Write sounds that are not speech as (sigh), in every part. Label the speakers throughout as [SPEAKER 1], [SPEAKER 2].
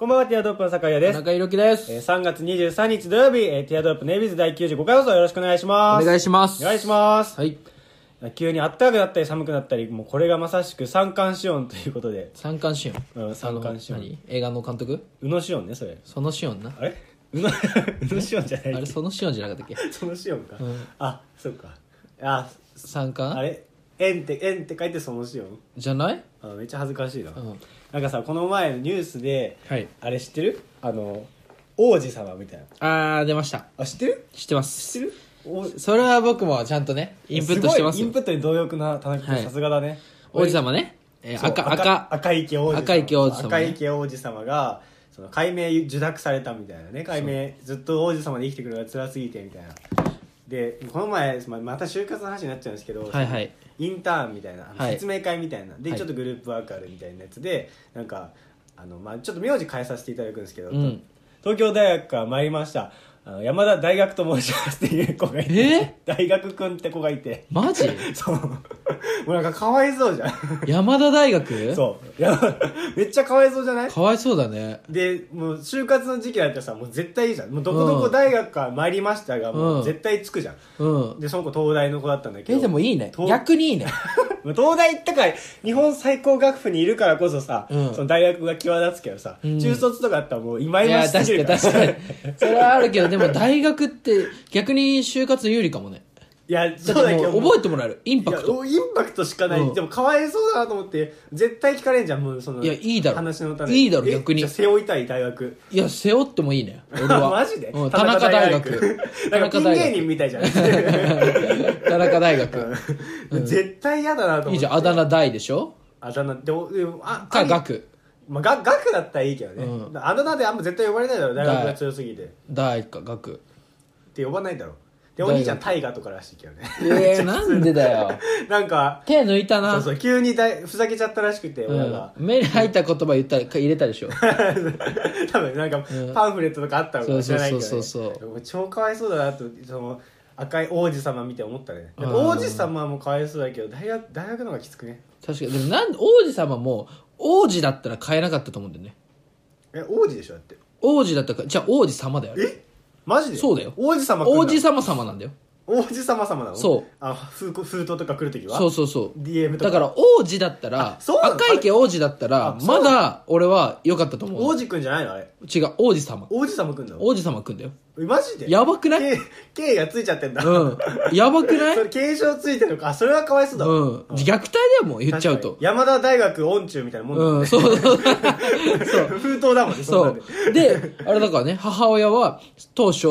[SPEAKER 1] こんばんは、ティアドロップの酒井です
[SPEAKER 2] 田。中裕樹です、
[SPEAKER 1] えー、3月23日土曜日、えー、ティアドロップネイビーズ第95回放送よろしくお願いします。
[SPEAKER 2] お願いします
[SPEAKER 1] お願いします。
[SPEAKER 2] はい
[SPEAKER 1] 急に暖かくなったり寒くなったり、もうこれがまさしく三寒四温ということで、
[SPEAKER 2] 三冠シオン
[SPEAKER 1] うん三冠シオン
[SPEAKER 2] あの何映画の監督
[SPEAKER 1] 宇野四温ね、それ。
[SPEAKER 2] そのシオンな
[SPEAKER 1] あれ宇野、 (laughs) 宇野四温じゃな
[SPEAKER 2] あ
[SPEAKER 1] い
[SPEAKER 2] れそのシオンじゃなかったっけ
[SPEAKER 1] その四温か、
[SPEAKER 2] うん
[SPEAKER 1] あ、そうか。あ、
[SPEAKER 2] 三
[SPEAKER 1] あ
[SPEAKER 2] 冠
[SPEAKER 1] れ円って、円って書いてその四温
[SPEAKER 2] じゃない
[SPEAKER 1] あめっちゃ恥ずかしいな。
[SPEAKER 2] うん
[SPEAKER 1] なんかさ、この前のニュースで、
[SPEAKER 2] はい
[SPEAKER 1] あれ知ってるあの、王子様みたいな。
[SPEAKER 2] あー出ました
[SPEAKER 1] あ、知ってる
[SPEAKER 2] 知ってま
[SPEAKER 1] 知
[SPEAKER 2] す
[SPEAKER 1] ってる王
[SPEAKER 2] それは僕もちゃんとねインプットしてます
[SPEAKER 1] ごいイ
[SPEAKER 2] よ
[SPEAKER 1] ンプットに貪欲な田中君、
[SPEAKER 2] はい
[SPEAKER 1] さすがだね
[SPEAKER 2] 王子様ねえー
[SPEAKER 1] そう
[SPEAKER 2] 赤赤
[SPEAKER 1] 赤池王子様
[SPEAKER 2] 赤池王子様ね
[SPEAKER 1] 赤池王子様がその解明受諾されたみたいなね解明ずっと王子様で生きてくるのが辛すぎてみたいなでこの前ままた就活の話になっちゃうんですけど、
[SPEAKER 2] はいはい
[SPEAKER 1] インターンみたいなあの
[SPEAKER 2] はい
[SPEAKER 1] 説明会みたいな、で
[SPEAKER 2] はい
[SPEAKER 1] ちょっとグループワークあるみたいなやつでなんかあの、まあ、ちょっと名字変えさせていただくんですけど、
[SPEAKER 2] うん
[SPEAKER 1] 東京大学から参りましたあの山田大学と申しますっていう子がいて、
[SPEAKER 2] え
[SPEAKER 1] (laughs) 大学くんって子がいて
[SPEAKER 2] マジ
[SPEAKER 1] (laughs) そうもうなんかかわいそうじゃん
[SPEAKER 2] 山田大学
[SPEAKER 1] そういやめっちゃかわいそうじゃない
[SPEAKER 2] かわいそうだね
[SPEAKER 1] でもう就活の時期だったらさもう絶対いいじゃんもうどこどこ
[SPEAKER 2] うん
[SPEAKER 1] 大学から参りましたが、もううん絶対つくじゃん
[SPEAKER 2] うん
[SPEAKER 1] でその子東大の子だったんだけど
[SPEAKER 2] えでもいいね
[SPEAKER 1] 東
[SPEAKER 2] 逆にいいね
[SPEAKER 1] まあ東大行ったから日本最高学府にいるからこそさ、
[SPEAKER 2] うん
[SPEAKER 1] その大学が際立つけどさ、
[SPEAKER 2] ん
[SPEAKER 1] 中卒とかあったらもう今
[SPEAKER 2] い
[SPEAKER 1] 今
[SPEAKER 2] や
[SPEAKER 1] しす
[SPEAKER 2] 確か
[SPEAKER 1] ぎ
[SPEAKER 2] に
[SPEAKER 1] るから
[SPEAKER 2] 確かに
[SPEAKER 1] い
[SPEAKER 2] それはあるけどでも大学って逆に就活有利かもね
[SPEAKER 1] やそ
[SPEAKER 2] だ
[SPEAKER 1] う
[SPEAKER 2] っ
[SPEAKER 1] だ
[SPEAKER 2] て
[SPEAKER 1] け
[SPEAKER 2] も
[SPEAKER 1] ど
[SPEAKER 2] う覚えてもらえるインパク
[SPEAKER 1] いや
[SPEAKER 2] ト
[SPEAKER 1] インパクトしかない、
[SPEAKER 2] うん
[SPEAKER 1] でもかわいそうだなと思って絶対聞かれんじゃんもうその
[SPEAKER 2] いやいいだろ
[SPEAKER 1] 話の種
[SPEAKER 2] いいだろ
[SPEAKER 1] え
[SPEAKER 2] 逆に
[SPEAKER 1] じゃあ背負いたい大学
[SPEAKER 2] いや背負ってもい
[SPEAKER 1] (laughs)
[SPEAKER 2] いね俺は
[SPEAKER 1] マジで、
[SPEAKER 2] うん田中大学
[SPEAKER 1] (laughs) な
[SPEAKER 2] 田
[SPEAKER 1] んかピ
[SPEAKER 2] 中
[SPEAKER 1] ン芸
[SPEAKER 2] 大学
[SPEAKER 1] 人みたいじ
[SPEAKER 2] (laughs)
[SPEAKER 1] ゃんうん
[SPEAKER 2] 田中大学
[SPEAKER 1] 絶対嫌だなと思って
[SPEAKER 2] いいじゃんあだ名大でしょ
[SPEAKER 1] あだ名でもでもああ
[SPEAKER 2] か
[SPEAKER 1] り
[SPEAKER 2] 学
[SPEAKER 1] まあ、が学だったらいいけどね、
[SPEAKER 2] う
[SPEAKER 1] あだ名であんま絶対呼ばれないだろ大学が強すぎて
[SPEAKER 2] 大か学
[SPEAKER 1] って呼ばないだろで
[SPEAKER 2] 大
[SPEAKER 1] お
[SPEAKER 2] 学
[SPEAKER 1] 兄ちゃん大河とからしいけどね (laughs)
[SPEAKER 2] えー、なんでだよ
[SPEAKER 1] なんか
[SPEAKER 2] 手抜いたな
[SPEAKER 1] そうそう急に大ふざけちゃったらしくて
[SPEAKER 2] う
[SPEAKER 1] 親
[SPEAKER 2] ん
[SPEAKER 1] が、、
[SPEAKER 2] 目に入った言葉言ったらか入れた
[SPEAKER 1] (laughs)
[SPEAKER 2] でしょ
[SPEAKER 1] 多分なんか
[SPEAKER 2] うん
[SPEAKER 1] パンフレットとかあったのかもしれないけど、ね、
[SPEAKER 2] そうそうそうそう
[SPEAKER 1] 俺超かわいそうだなとその赤い王子様見て思ったね
[SPEAKER 2] うん
[SPEAKER 1] 王子様もかわいそうだけど大学大学の方がきつくね
[SPEAKER 2] 確かにでもなん王子様も王子だったら買えなかったと思うんだよね
[SPEAKER 1] え王子でしょだって
[SPEAKER 2] 王子だったらじゃあ王子様だよ
[SPEAKER 1] えマジで
[SPEAKER 2] そうだよ
[SPEAKER 1] 王子様来んの
[SPEAKER 2] 王子様様なんだよ
[SPEAKER 1] 王子様様なの
[SPEAKER 2] そう
[SPEAKER 1] あ封封筒とか来るときは
[SPEAKER 2] そうそうそう
[SPEAKER 1] DM とか
[SPEAKER 2] だから王子だったら
[SPEAKER 1] あそうなの
[SPEAKER 2] 赤池王子だった
[SPEAKER 1] あ
[SPEAKER 2] ら
[SPEAKER 1] そうな
[SPEAKER 2] ま
[SPEAKER 1] の
[SPEAKER 2] だ俺は良かったと思
[SPEAKER 1] 王
[SPEAKER 2] う
[SPEAKER 1] 子くんじゃないのあれ
[SPEAKER 2] 違う王子様
[SPEAKER 1] 王子様くんなの
[SPEAKER 2] 王子様くんだよ
[SPEAKER 1] えマジで
[SPEAKER 2] やばくない
[SPEAKER 1] K, K がついちゃってんだ、
[SPEAKER 2] うんやばくない
[SPEAKER 1] (laughs) それ継承ついてるのかあそれはかわいそうだわ
[SPEAKER 2] うん虐待だよもう言っちゃう
[SPEAKER 1] 確
[SPEAKER 2] と
[SPEAKER 1] かに山田大学音中みたいなもんだもん
[SPEAKER 2] う
[SPEAKER 1] ね (laughs)
[SPEAKER 2] んそうそうそう
[SPEAKER 1] 封筒だもんね
[SPEAKER 2] そ
[SPEAKER 1] んなんで
[SPEAKER 2] う。で、あれだからね、母親は当初、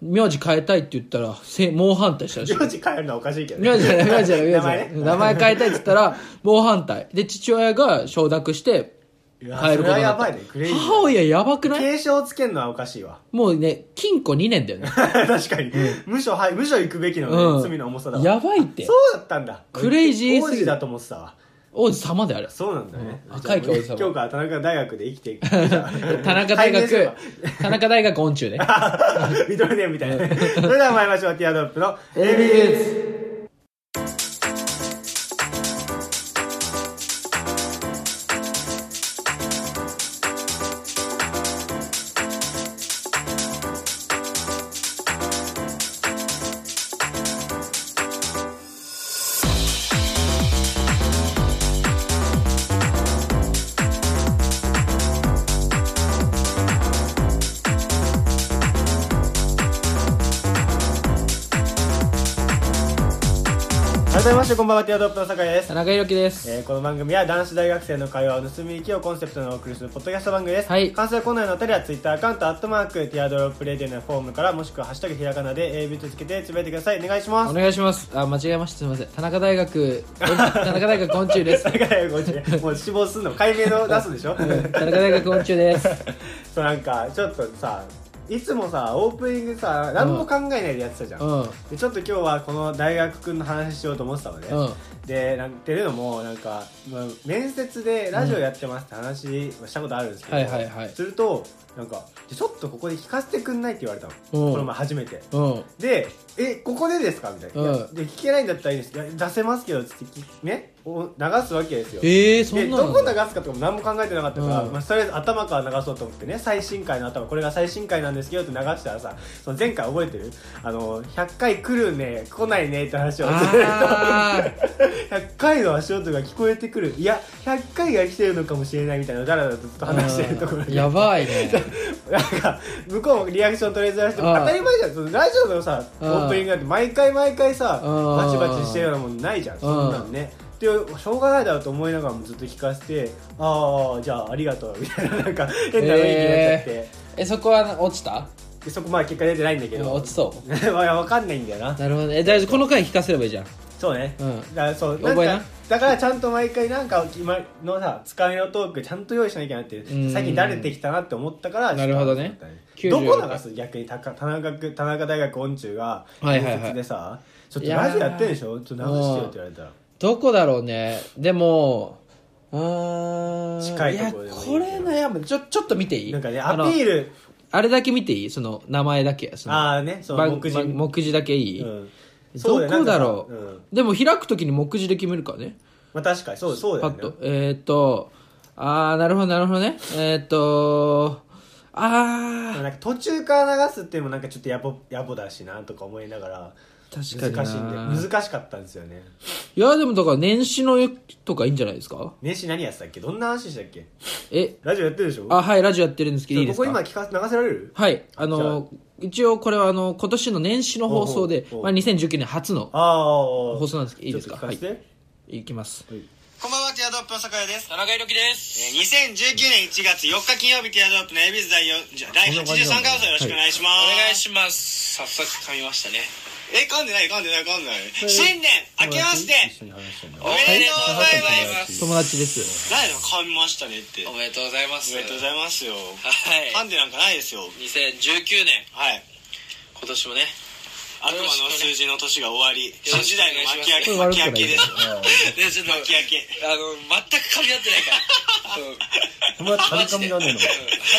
[SPEAKER 2] 名字変えたいって言ったら、せ猛反対したらしい。
[SPEAKER 1] 名字変えるのはおかしいけどね
[SPEAKER 2] 名字じゃない、名字じゃない、名字じゃ
[SPEAKER 1] 名前
[SPEAKER 2] ない名前変えたいって言ったら、猛反対。で、父親が承諾して、
[SPEAKER 1] い
[SPEAKER 2] 変
[SPEAKER 1] や
[SPEAKER 2] えることになった。
[SPEAKER 1] それはやばいねクレイジーだね
[SPEAKER 2] 母親やばくない
[SPEAKER 1] 継承つけるのはおかしい
[SPEAKER 2] (laughs)
[SPEAKER 1] わ
[SPEAKER 2] もうね、禁錮2年だよね。
[SPEAKER 1] 確かに、無所はい無所行くべきのね、
[SPEAKER 2] うん。
[SPEAKER 1] 罪の重さだわ
[SPEAKER 2] やばいって
[SPEAKER 1] そ。うだったんだ
[SPEAKER 2] クレイジー
[SPEAKER 1] 王
[SPEAKER 2] すぎ
[SPEAKER 1] 子
[SPEAKER 2] る
[SPEAKER 1] だと思ってたわ
[SPEAKER 2] 王子様であれ。
[SPEAKER 1] そうなんだね、
[SPEAKER 2] うん赤い教授様
[SPEAKER 1] 今日から田中大学で生きていく田
[SPEAKER 2] (laughs) 田中大学、田中大学音
[SPEAKER 1] (laughs)
[SPEAKER 2] 中ね。
[SPEAKER 1] 認めねえみたいなねそれでは参りましょうティアドロップの AB です
[SPEAKER 2] ズ
[SPEAKER 1] 改めましてこんばんはティアドロップの酒井です
[SPEAKER 2] 田、中裕樹です。
[SPEAKER 1] えーこの番組は男子大学生の会話を盗み行きをコンセプトにお送りするポッドキャスト番組です、
[SPEAKER 2] はい
[SPEAKER 1] 関西コーナーのあたりはツイッターアカウント「アットマークティアドロップレディ」のフォームからもしくは「ハッシュタグひらがな」で AB とつけてつぶやいてくださいお願いしま
[SPEAKER 2] お
[SPEAKER 1] す
[SPEAKER 2] 願いします。あ、間違えました。すみません。田中大学、 (laughs) 田中大学音中です。
[SPEAKER 1] だからもう死亡するの解明の出すでしょ
[SPEAKER 2] うん田中大学音
[SPEAKER 1] (laughs)
[SPEAKER 2] 中です。
[SPEAKER 1] そうなんかちょっとさいつもさオープニングさ何も考えないでやってたじゃん、
[SPEAKER 2] うん。
[SPEAKER 1] でちょっと今日はこの大学くんの話しようと思ってたのね、
[SPEAKER 2] うん
[SPEAKER 1] でなんていうのもなんか、まあ、面接でラジオやってますって話はしたことあるんですけど、
[SPEAKER 2] はいはいはい
[SPEAKER 1] するとなんか「ちょっとここで聞かせてくんない?」って言われたの
[SPEAKER 2] うん
[SPEAKER 1] この前初めて
[SPEAKER 2] うん
[SPEAKER 1] で「えここでですか?」みたいな、
[SPEAKER 2] うん
[SPEAKER 1] いやで聞けないんだったらいいですいや出せますけど」つってきねお流すわけですよ
[SPEAKER 2] ええそ
[SPEAKER 1] で
[SPEAKER 2] んな
[SPEAKER 1] どこ流
[SPEAKER 2] の
[SPEAKER 1] すかとかも何も考えてなかったから、
[SPEAKER 2] うん
[SPEAKER 1] まあ、とりあえず頭から流そうと思ってね最新回の頭これが最新回なんですけどって流したらさその前回覚えてるあの100回来るね来ないねって話をずっと
[SPEAKER 2] あー
[SPEAKER 1] 100回の足音が聞こえてくるいや100回が来てるのかもしれないみたいなのをだらだらとずっと (laughs) 話してるところ
[SPEAKER 2] うん
[SPEAKER 1] に
[SPEAKER 2] やばいね
[SPEAKER 1] なんか向こうもリアクション取りづらして
[SPEAKER 2] あ
[SPEAKER 1] も
[SPEAKER 2] あ
[SPEAKER 1] 当たり前じゃんそのラジオのさオ
[SPEAKER 2] ああ
[SPEAKER 1] ープニングなんて毎回毎回さ
[SPEAKER 2] あ
[SPEAKER 1] バチバチしてるようなもんないじゃんそんなのねでしょうがないだろうと思いながらもずっと聞かせてああじゃあありがとうみたいななんか変な雰囲気になっちゃって、
[SPEAKER 2] えそこは落ちた
[SPEAKER 1] でそこまあ結果出てないんだけ
[SPEAKER 2] うん
[SPEAKER 1] ど
[SPEAKER 2] 落
[SPEAKER 1] (laughs)
[SPEAKER 2] ちそう
[SPEAKER 1] わかんないんだよな
[SPEAKER 2] なるほどねえ大丈夫この回聞かせればいいじゃん
[SPEAKER 1] そうね、
[SPEAKER 2] うん
[SPEAKER 1] だからそうなん
[SPEAKER 2] 覚えな
[SPEAKER 1] かだからちゃんと毎回なんか今のさつかみのトークちゃんと用意しなきゃなって
[SPEAKER 2] ん
[SPEAKER 1] 最近慣れてきたなって思ったから
[SPEAKER 2] なるほどね
[SPEAKER 1] ちょっとど
[SPEAKER 2] 94
[SPEAKER 1] こ流す逆に田中田中く田中大学音中が
[SPEAKER 2] はいはいはい
[SPEAKER 1] 面接でさ、ちょっとラジオやってるでしょちょっと流してよって言われたら
[SPEAKER 2] どこだろうねでもうーん
[SPEAKER 1] 近いところでも
[SPEAKER 2] や
[SPEAKER 1] いいけ
[SPEAKER 2] こ
[SPEAKER 1] ど
[SPEAKER 2] れ悩むちょちょっと見ていい
[SPEAKER 1] なんかねア
[SPEAKER 2] あ
[SPEAKER 1] ピ
[SPEAKER 2] の
[SPEAKER 1] ール
[SPEAKER 2] あれだけ見ていいその名前だけその
[SPEAKER 1] ああねその
[SPEAKER 2] 番
[SPEAKER 1] 目次、
[SPEAKER 2] 番目次だけいい、
[SPEAKER 1] うんそう
[SPEAKER 2] ど
[SPEAKER 1] よ
[SPEAKER 2] こだろう
[SPEAKER 1] なんかさうん
[SPEAKER 2] でも開くときに目次で決めるからね
[SPEAKER 1] まあ確かにそうそうだ
[SPEAKER 2] パ
[SPEAKER 1] よ
[SPEAKER 2] ッ
[SPEAKER 1] ね
[SPEAKER 2] とえーっ、とああなるほどなるほどねえーっ、と
[SPEAKER 1] でも
[SPEAKER 2] ああ
[SPEAKER 1] なんか途中から流すっていうのもなんかちょっとやぼやぼだしなとか思いながら
[SPEAKER 2] 確かにな
[SPEAKER 1] 難しいんで難しかったんですよね
[SPEAKER 2] いやでもだから年始のとかいいんじゃないですか
[SPEAKER 1] 年始何やってたっけどんな話でしたっけ
[SPEAKER 2] え
[SPEAKER 1] ラジオやってるでしょ
[SPEAKER 2] あはいラジオやってるんです
[SPEAKER 1] ち
[SPEAKER 2] けど
[SPEAKER 1] ょ
[SPEAKER 2] いいですか
[SPEAKER 1] ここ今聞か流せられる
[SPEAKER 2] はい、あの一応これはあの今年の年始の放送で
[SPEAKER 1] ほうほうほう
[SPEAKER 2] まあ、2019年初の
[SPEAKER 1] ああ
[SPEAKER 2] 放送なんですけどいいですか
[SPEAKER 1] ちょっと聞かせて、
[SPEAKER 2] いきます
[SPEAKER 3] こんばんは、ティアドロップの酒井です。
[SPEAKER 4] 田中裕樹です。
[SPEAKER 3] えー2019年1月4日金曜日、ティアドロップのエビス第4、じゃ第83回放送よろしくお願いしま
[SPEAKER 4] お
[SPEAKER 3] す。
[SPEAKER 4] 願いします。早速噛みましたね。
[SPEAKER 3] え、噛んでない噛んでない噛んでない。新年、明けまして、
[SPEAKER 1] 一緒に話してんだ
[SPEAKER 3] おめでとうござ
[SPEAKER 2] 友
[SPEAKER 3] います。
[SPEAKER 2] 達です
[SPEAKER 3] 何で噛みましたねって。お
[SPEAKER 4] おめでとうございます。
[SPEAKER 3] めでとうございますよ。
[SPEAKER 4] は
[SPEAKER 3] 噛んでなんかないですよ。
[SPEAKER 4] い。2019年、
[SPEAKER 3] はい。
[SPEAKER 4] 今年もね、
[SPEAKER 3] 悪魔の数字の年が終わり、
[SPEAKER 4] よ
[SPEAKER 3] 新
[SPEAKER 4] ろ
[SPEAKER 3] 時
[SPEAKER 4] しくお
[SPEAKER 3] 代
[SPEAKER 4] 願
[SPEAKER 2] これ悪くない
[SPEAKER 3] の巻き上げ、巻き上
[SPEAKER 4] いします
[SPEAKER 3] げですよ。
[SPEAKER 4] ね、ちょっと、
[SPEAKER 3] 巻き上げ。
[SPEAKER 4] あの、全く噛み合ってないから。うん
[SPEAKER 1] 友達
[SPEAKER 4] マジ
[SPEAKER 1] 髪
[SPEAKER 4] で
[SPEAKER 1] 髪がねえの
[SPEAKER 4] 83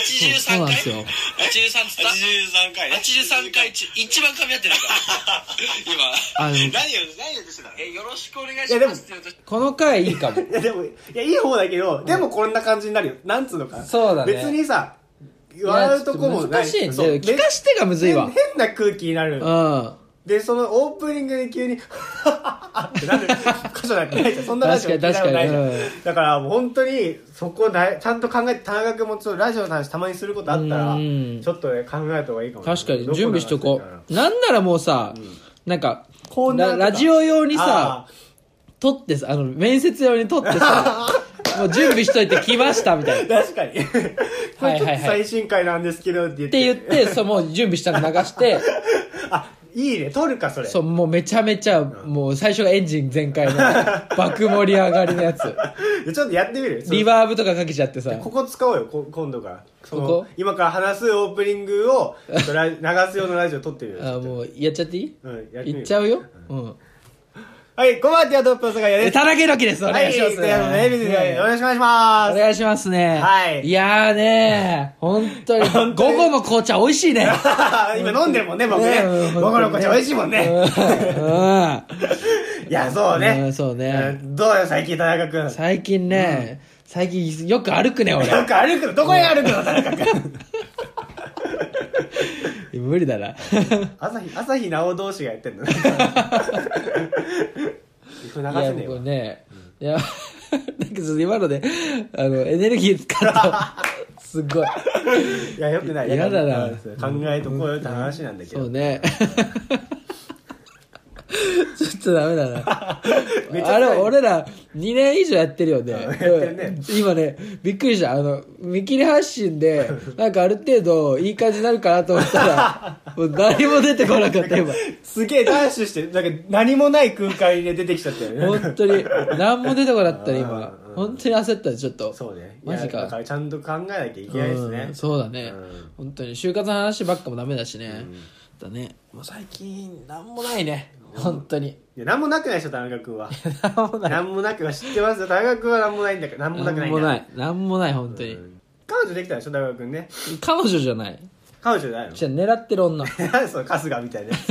[SPEAKER 4] 回
[SPEAKER 2] そうなんですよ
[SPEAKER 4] 83つった
[SPEAKER 3] 83回ね。
[SPEAKER 4] 83回中一番噛み合ってないから今
[SPEAKER 2] あの
[SPEAKER 3] 何を、何をしてたの
[SPEAKER 4] えよろしくお願い
[SPEAKER 1] いや
[SPEAKER 4] し
[SPEAKER 1] でも
[SPEAKER 4] ますって言うと
[SPEAKER 2] (laughs) この回いいかも
[SPEAKER 1] いやでもいやいい方だけど、でもこんな感じになるよなんつうのか
[SPEAKER 2] そうだね
[SPEAKER 1] 別にさ (laughs) 笑うとこもない
[SPEAKER 2] 難しいね
[SPEAKER 1] そう
[SPEAKER 2] 聞かしてがむずいわ
[SPEAKER 1] 変変な空気になる
[SPEAKER 2] うん
[SPEAKER 1] でそのオープニングで急に (laughs) ってなる箇所なんかないじゃんそんなラジオ聞いたことないじゃん
[SPEAKER 2] 確かに確かに
[SPEAKER 1] だからもう本当にそこだちゃんと考えて田中君もちょっとラジオの話たまにすることあったら
[SPEAKER 2] うん
[SPEAKER 1] ちょっとね考えた方がいいかも
[SPEAKER 2] 確かに準備しとこうなんならもうさ、なんか
[SPEAKER 1] コーナーと
[SPEAKER 2] ラ
[SPEAKER 1] か
[SPEAKER 2] ラジオ用
[SPEAKER 1] に
[SPEAKER 2] にさ撮ってさあの面接用に撮って
[SPEAKER 1] (laughs)
[SPEAKER 2] さもう準備しといて来ましたみたいな
[SPEAKER 1] 確
[SPEAKER 2] (laughs)
[SPEAKER 1] かにこれちょっと
[SPEAKER 2] はいはいはい
[SPEAKER 1] 最新回なんですけどって言っ
[SPEAKER 2] って言ってそうもう準備したの流して
[SPEAKER 1] (laughs) あいいね撮るかそれ
[SPEAKER 2] そう、もうめちゃめちゃ、もう最初がエンジン全開の、爆盛り上がりのやつ。
[SPEAKER 1] (laughs) でちょっとやってみる
[SPEAKER 2] リバーブとかかけちゃってさ。
[SPEAKER 1] (laughs) ここ使おうよこ今度からその
[SPEAKER 2] ここ
[SPEAKER 1] 今から話すオープニングをちょっとラ (laughs) 流す用のラジオ撮ってみる
[SPEAKER 2] あ、もう、やっちゃっていい
[SPEAKER 1] うんやってみる
[SPEAKER 2] いっちゃうよ。うん。
[SPEAKER 1] はいこんばんはティアドロップの坂井です
[SPEAKER 2] え、田中裕樹です。お願いしま
[SPEAKER 1] はい、
[SPEAKER 2] す。
[SPEAKER 1] ということでね
[SPEAKER 2] ね
[SPEAKER 1] よろしくお願いしま
[SPEAKER 2] お願いしますね。
[SPEAKER 1] はい
[SPEAKER 2] いやーねー、本当に、
[SPEAKER 1] 本当
[SPEAKER 2] 午
[SPEAKER 1] に
[SPEAKER 2] 後の紅茶美味しいね。
[SPEAKER 1] す。 (laughs) 今飲んでるもんね、僕ね。
[SPEAKER 2] うん
[SPEAKER 1] 僕の紅茶美味しいもんね。
[SPEAKER 2] うん
[SPEAKER 1] (laughs) いや、そう
[SPEAKER 2] う
[SPEAKER 1] ね
[SPEAKER 2] ん。そうね
[SPEAKER 1] うん。どうよ、最近、田中君。よ
[SPEAKER 2] 最近ね、最近よく歩くね、俺。
[SPEAKER 1] (laughs) く歩くの、どこへ歩くの、田中君。
[SPEAKER 2] 無理だな。
[SPEAKER 1] 朝日、朝日奈央同士がやってん
[SPEAKER 2] (laughs)
[SPEAKER 1] の。これ流
[SPEAKER 2] いや
[SPEAKER 1] せねえ
[SPEAKER 2] 僕
[SPEAKER 1] わ。
[SPEAKER 2] ね、いやなんかちょっと今のであのエネルギー使
[SPEAKER 1] (laughs)
[SPEAKER 2] ったすごい
[SPEAKER 1] いや、よくない。
[SPEAKER 2] 嫌だな
[SPEAKER 1] うん考えとこうよって話なんだけ
[SPEAKER 2] そう
[SPEAKER 1] ど。
[SPEAKER 2] ね (laughs) ちょっとダメだな
[SPEAKER 1] (laughs) めっちゃ
[SPEAKER 2] あれ
[SPEAKER 1] 辛い
[SPEAKER 2] 俺ら2年以上やってるよね
[SPEAKER 1] うんやってるね
[SPEAKER 2] うん今ねびっくりしたあの見切り発信でなんかある程度いい感じになるかなと思ったら
[SPEAKER 1] (laughs)
[SPEAKER 2] もう何も出てこなかった今
[SPEAKER 1] すげえダッシュして、なんか何もない空間で出てきちゃったよね。
[SPEAKER 2] 本当に何も出てこなかったね今
[SPEAKER 1] うんうん
[SPEAKER 2] 本当に焦ったねちょっと
[SPEAKER 1] そうね。いや
[SPEAKER 2] マジか
[SPEAKER 1] だらちゃんと考えなきゃいけないですね
[SPEAKER 2] うん。そうだね、
[SPEAKER 1] うん
[SPEAKER 2] 本当に就活の
[SPEAKER 1] (laughs)
[SPEAKER 2] 話ばっかもダメだしね、だねもう最近なんもないね本当に
[SPEAKER 1] いや何もなくないでしょ田中君
[SPEAKER 2] (laughs)
[SPEAKER 1] は
[SPEAKER 2] なんもない。
[SPEAKER 1] 何もなくは知ってますよ田中君は何もないんだから何もなくな
[SPEAKER 2] な
[SPEAKER 1] んいん
[SPEAKER 2] も
[SPEAKER 1] だ
[SPEAKER 2] ない。なんもない、本当に
[SPEAKER 1] う。ん彼女できたでしょ田中君ね
[SPEAKER 2] 彼女じゃない。
[SPEAKER 1] 彼女じゃないの
[SPEAKER 2] じゃあ狙ってる女。
[SPEAKER 1] 何 (laughs) その春日みたい
[SPEAKER 2] (laughs)
[SPEAKER 1] なやつ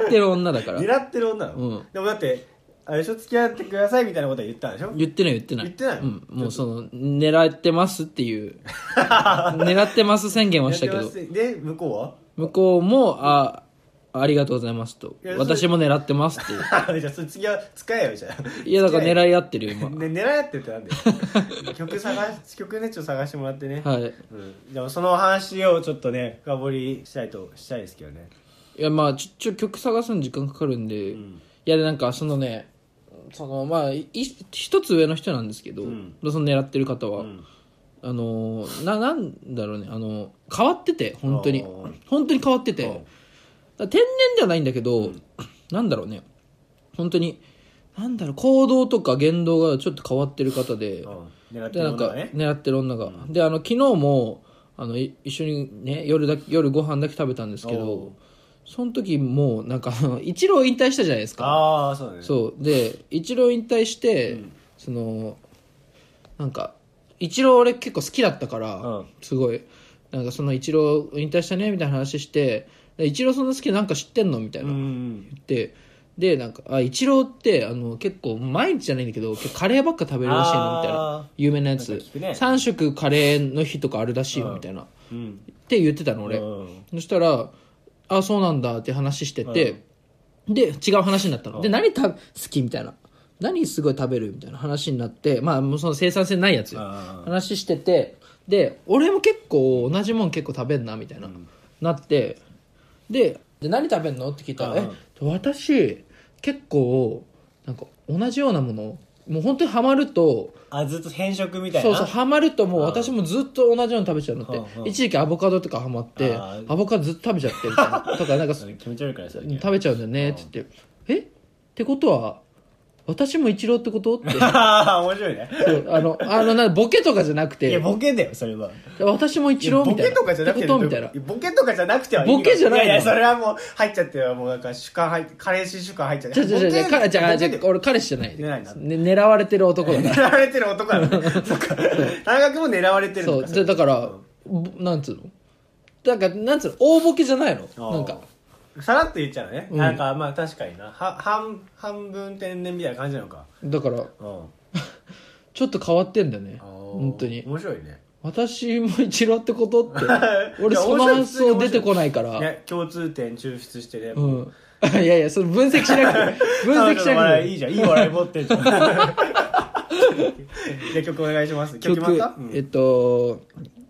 [SPEAKER 2] 狙ってる女だか
[SPEAKER 1] (laughs)
[SPEAKER 2] ら。
[SPEAKER 1] 狙ってる女なの、
[SPEAKER 2] うん
[SPEAKER 1] でもだってあれでしょ付き合ってくださいみたいなことは言ったでしょ
[SPEAKER 2] 言ってない言ってない
[SPEAKER 1] 言ってないの
[SPEAKER 2] うん、もうその狙ってますっていう
[SPEAKER 1] (laughs)
[SPEAKER 2] 狙ってます宣言はしたけ
[SPEAKER 1] や
[SPEAKER 2] ど
[SPEAKER 1] ってますで向こ
[SPEAKER 2] 向こうもあありがとうございますと
[SPEAKER 1] いやそれ
[SPEAKER 2] 私も狙ってます
[SPEAKER 1] (laughs)
[SPEAKER 2] っていう
[SPEAKER 1] うはじゃあそれ次は使えよじゃあ
[SPEAKER 2] いやだから
[SPEAKER 1] い
[SPEAKER 2] 狙い合ってるよ今
[SPEAKER 1] ね、狙いってってなんだ
[SPEAKER 2] (laughs)
[SPEAKER 1] よ曲探し曲ねちょっと探してもらってね、 (laughs)
[SPEAKER 2] はい
[SPEAKER 1] うん、でもその話をちょっとね深掘りしたいとしたいですけどね
[SPEAKER 2] いやまあちょちょ曲探すの時間かかるんで、いやでなんかそのねそのまあいい一つ上の人なんですけど、
[SPEAKER 1] ん
[SPEAKER 2] その狙ってる方は、
[SPEAKER 1] ん
[SPEAKER 2] あのーななんだろうねあのー変わってて本当に
[SPEAKER 1] おー
[SPEAKER 2] 本当に変わってて
[SPEAKER 1] お
[SPEAKER 2] だ
[SPEAKER 1] う
[SPEAKER 2] から天然ではないんだけど、なんだろうね本当になんだろう行動とか言動がちょっと変わってる方で、
[SPEAKER 1] うん狙ってる
[SPEAKER 2] でなん
[SPEAKER 1] 女
[SPEAKER 2] か
[SPEAKER 1] がね
[SPEAKER 2] 狙ってる女が、であの昨日もあのい一緒にね夜だけ夜ご飯だけ食べたんです
[SPEAKER 1] お
[SPEAKER 2] け
[SPEAKER 1] う
[SPEAKER 2] どその時もうなんかあの一郎引退したじゃないですか
[SPEAKER 1] ああそうだね
[SPEAKER 2] そうで一郎引退して、そのなんか一郎俺結構好きだったから、
[SPEAKER 1] うん
[SPEAKER 2] すごいなんかその一郎引退したねみたいな話してで一郎そんな好きなんか知ってんのみたいな、
[SPEAKER 1] うん
[SPEAKER 2] ででなんかあ一郎ってあの結構毎日じゃないんだけど結構カレーばっか食べるらしいのみた
[SPEAKER 1] あ
[SPEAKER 2] い
[SPEAKER 1] ー
[SPEAKER 2] な有名なやつ
[SPEAKER 1] なんか聞くね
[SPEAKER 2] 3食カレーの日とかあるらしいよみたいな、っ
[SPEAKER 1] うんうん
[SPEAKER 2] て言ってたの俺、
[SPEAKER 1] うん
[SPEAKER 2] そしたら「あそうなんだ」って話してて、で違う話になったの、で何た好きみたいな何すごい食べるみたいな話になってまあもうその生産性ないやつよ
[SPEAKER 1] あー
[SPEAKER 2] 話しててで俺も結構同じもん結構食べんなみたいな、なってでで何食べんのって聞いたら
[SPEAKER 1] う
[SPEAKER 2] 「
[SPEAKER 1] ん
[SPEAKER 2] え私結構なんか同じようなものもう本当にハマると
[SPEAKER 1] あずっと変色みたいな
[SPEAKER 2] そうそうハマるともう
[SPEAKER 1] うん
[SPEAKER 2] 私もずっと同じように食べちゃうのって、
[SPEAKER 1] うんうん
[SPEAKER 2] 一時期アボカドとかハマって
[SPEAKER 1] あー
[SPEAKER 2] アボカドずっと食べちゃってるからとかなんか
[SPEAKER 1] それ気持 (laughs) ち悪いからさ
[SPEAKER 2] 食べちゃうんだよねって言って「えってことは私も一郎ってこ
[SPEAKER 1] (laughs)
[SPEAKER 2] と?」って
[SPEAKER 1] ああ面白いね
[SPEAKER 2] そうあのあのなボケとかじゃなくて
[SPEAKER 1] いやボケだよそれは
[SPEAKER 2] 私も一郎
[SPEAKER 1] ボ
[SPEAKER 2] みたい
[SPEAKER 1] ケ
[SPEAKER 2] な。
[SPEAKER 1] とかじゃなく
[SPEAKER 2] ってことみたいな。
[SPEAKER 1] ボケとかじゃなくてはいいよ
[SPEAKER 2] ボケじゃないの
[SPEAKER 1] いやいやそれはもう入っちゃってよもうなんか主観入って彼氏主観入っちゃって
[SPEAKER 2] じゃじゃじゃじゃ、かじゃあじゃあ
[SPEAKER 1] ボケだよ
[SPEAKER 2] 俺彼氏じゃない。
[SPEAKER 1] 狙われた
[SPEAKER 2] ね狙われてる男だから。
[SPEAKER 1] (laughs) 狙われてる男なのねそっか大学も狙われてる
[SPEAKER 2] そ
[SPEAKER 1] の
[SPEAKER 2] う、
[SPEAKER 1] か
[SPEAKER 2] じゃだから、ぼなんつうのなんか、なんつうの大ボケじゃないの
[SPEAKER 1] あー
[SPEAKER 2] なんか。
[SPEAKER 1] さらっと言っちゃうね
[SPEAKER 2] うん
[SPEAKER 1] なんかまあ確かになは半半分天然みたいな感じなのか
[SPEAKER 2] だから、
[SPEAKER 1] うん
[SPEAKER 2] ちょっと変わってんだよね。本当に。
[SPEAKER 1] 面白いね
[SPEAKER 2] 私も一郎ってこと
[SPEAKER 1] (laughs)
[SPEAKER 2] って。
[SPEAKER 1] い
[SPEAKER 2] 俺
[SPEAKER 1] や
[SPEAKER 2] その発想出てこないか
[SPEAKER 1] いや
[SPEAKER 2] ら。
[SPEAKER 1] 共通点抽出してね
[SPEAKER 2] うん。 (laughs) いやいや、その分析しな
[SPEAKER 1] (laughs)
[SPEAKER 2] くて。分析
[SPEAKER 1] 彼女の
[SPEAKER 2] しなく
[SPEAKER 1] 笑
[SPEAKER 2] て
[SPEAKER 1] いいい。じゃんいい笑い持ってん
[SPEAKER 2] (laughs)
[SPEAKER 1] じゃんじゃあ曲お願いします曲決まった、うん
[SPEAKER 2] えっと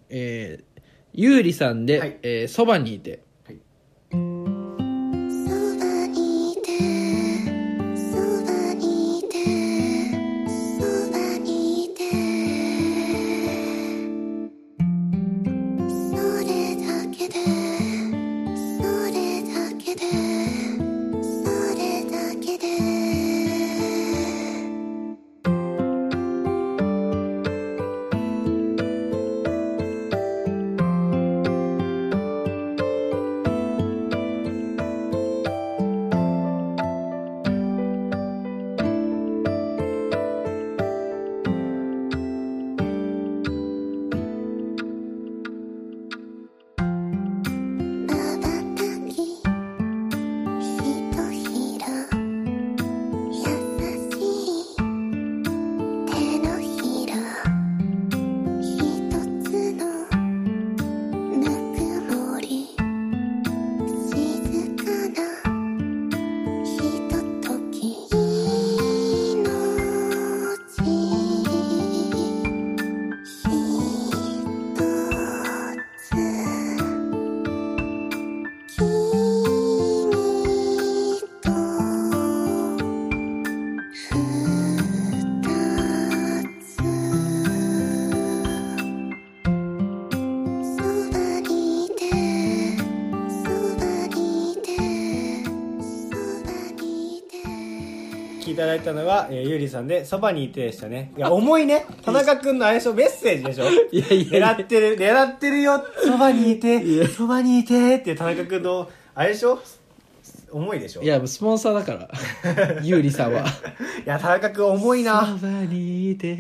[SPEAKER 2] えー、ゆうりさんで、
[SPEAKER 1] はい
[SPEAKER 2] えーそばにいて」
[SPEAKER 1] はい
[SPEAKER 5] そばにいてそばにいてそばにいてそれだけでそれだけでそれだけでまばたきひとひら優しい手のひらひとつのぬくもり静かなひとときいのちひとつ「君と私と」「ふたつ」「そばにいてそばにいてそばにいて」
[SPEAKER 1] 聴いていただいたのは、えーゆうりさんで「そばにいて」でしたねいや重いね田中君のあれでしょメッセージでしょ
[SPEAKER 2] いやいやいや
[SPEAKER 1] 狙ってる狙ってるよそばにいてそばにいてっていう田中君のあれでしょ重いでしょ
[SPEAKER 2] いやスポンサーだか
[SPEAKER 1] (laughs)
[SPEAKER 2] ら優里さんはい
[SPEAKER 1] や田中君重いな
[SPEAKER 2] そばにいて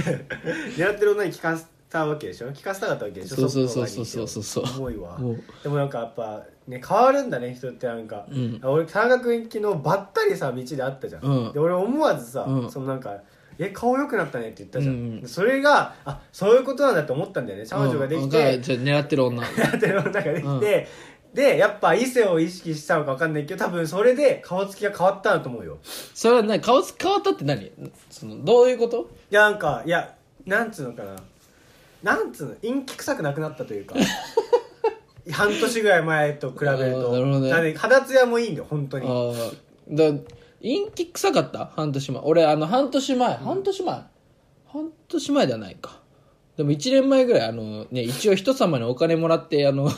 [SPEAKER 1] (laughs) 狙ってる女に聞かせたわけでしょ聞かせたかったわけでしょ
[SPEAKER 2] そうそうそう
[SPEAKER 1] の場にいて
[SPEAKER 2] そうそうそうそう
[SPEAKER 1] 重いわ
[SPEAKER 2] もう
[SPEAKER 1] でもなんかやっぱね変わるんだね人ってなんか、
[SPEAKER 2] うん
[SPEAKER 1] 俺田中君昨日ばったりさ道で会ったじゃん、
[SPEAKER 2] うん
[SPEAKER 1] で俺思わずさ、
[SPEAKER 2] うん
[SPEAKER 1] そのなんかえ顔良くなったねって言ったじゃん、
[SPEAKER 2] うんうん
[SPEAKER 1] それがあそういうことなんだと思ったんだよね彼女ができて、
[SPEAKER 2] うんじゃあ狙ってる女
[SPEAKER 1] (laughs) っていうのができて、でやっぱ異性を意識したのか分かんないけど多分それで顔つきが変わったんだと思うよ
[SPEAKER 2] それは何顔つき変わったって何そのどういうこと
[SPEAKER 1] いやなんかいやなんつうのかななんつうの陰気臭くなくなったという
[SPEAKER 2] (laughs)
[SPEAKER 1] か半年ぐらい前と比べる
[SPEAKER 2] あーなるほど
[SPEAKER 1] と
[SPEAKER 2] ね
[SPEAKER 1] だから肌ツヤもいいんだよ本当に
[SPEAKER 2] ああだ陰気臭かった半年前俺あの半年前、半年前半年前ではないかでも1年前ぐらいあのね一応人様にお金もらってあの、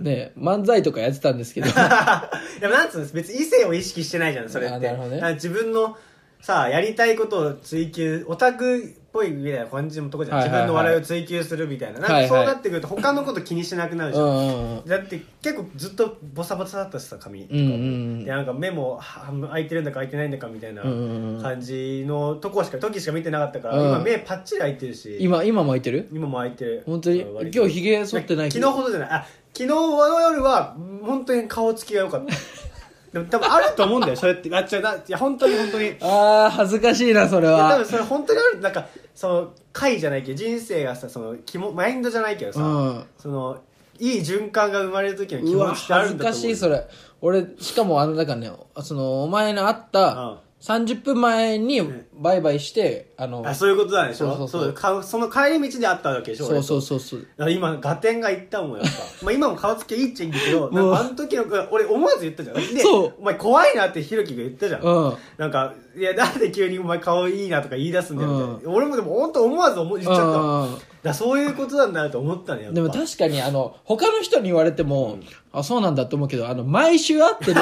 [SPEAKER 2] ね漫才とかやってたんですけど
[SPEAKER 1] (laughs) でもなんつうの別に異性を意識してないじゃんそれっ
[SPEAKER 2] あ
[SPEAKER 1] て
[SPEAKER 2] なるほどね
[SPEAKER 1] だから自分のさやりたいことを追求オタクっぽいみたいな感じのとこじゃん、
[SPEAKER 2] はいはいはい
[SPEAKER 1] 自分の笑いを追求するみたいななん
[SPEAKER 2] はいは
[SPEAKER 1] か
[SPEAKER 2] い
[SPEAKER 1] そうなってくると他のこと気にしなくなるじ
[SPEAKER 2] う
[SPEAKER 1] ゃん
[SPEAKER 2] んうんうん
[SPEAKER 1] だって結構ずっとボサボサだったしさ髪とか
[SPEAKER 2] うんうんうん
[SPEAKER 1] でなんか目も半分開いてるんだか開いてないんだかみたいな
[SPEAKER 2] うんうんうん
[SPEAKER 1] 感じのとこしか時しか見てなかったから、
[SPEAKER 2] うん
[SPEAKER 1] 今目パッチリ開いてるし
[SPEAKER 2] 今今巻いてる
[SPEAKER 1] 今も開いてる
[SPEAKER 2] 本当に
[SPEAKER 1] うん割と
[SPEAKER 2] 今日ひげ剃ってない
[SPEAKER 1] 昨日ほどじゃないあ昨日の夜は本当に顔つきが良か
[SPEAKER 2] (laughs)
[SPEAKER 1] ったでも多分あると思うんだよそうやってあっちゃないや本当に本当に
[SPEAKER 2] ああ恥ずかしいなそれ
[SPEAKER 1] いや多
[SPEAKER 2] は
[SPEAKER 1] 分それ本当にあるなんかその回じゃないけど人生がさその気もマインドじゃないけどさ、
[SPEAKER 2] うん
[SPEAKER 1] そのいい循環が生まれる時の気
[SPEAKER 2] うわ
[SPEAKER 1] 持ちってあ
[SPEAKER 2] 恥
[SPEAKER 1] る
[SPEAKER 2] ず
[SPEAKER 1] んだと思う
[SPEAKER 2] かしいそれ俺しかもあのだからねそのお前の会った30分前にバイバイしてあの
[SPEAKER 1] あそういうことなんでしょ
[SPEAKER 2] そ
[SPEAKER 1] そうう
[SPEAKER 2] そうそう
[SPEAKER 1] かその帰り道であったわけでしょ
[SPEAKER 2] そうそううそうそう
[SPEAKER 1] 今ガテンが言ったもんやっ
[SPEAKER 2] (laughs)
[SPEAKER 1] ぱまあ今も顔つきいいっちゃいいんだけど
[SPEAKER 2] う
[SPEAKER 1] なんかあの時の俺思わず言ったじゃんで
[SPEAKER 2] そう
[SPEAKER 1] お前怖いなってひろきが言ったじゃん、
[SPEAKER 2] うん
[SPEAKER 1] なんかいやなんで急にお前顔いいなとか言い出すんだよみたいな
[SPEAKER 2] う、
[SPEAKER 1] 俺もでも本当思わず思言っちゃっただか
[SPEAKER 2] うん
[SPEAKER 1] らそういうことなんだなと思ったねやっぱ
[SPEAKER 2] でも確かにあの他の人に言われても、あそうなんだと思うけどあの毎週
[SPEAKER 1] (laughs)
[SPEAKER 2] 会ってる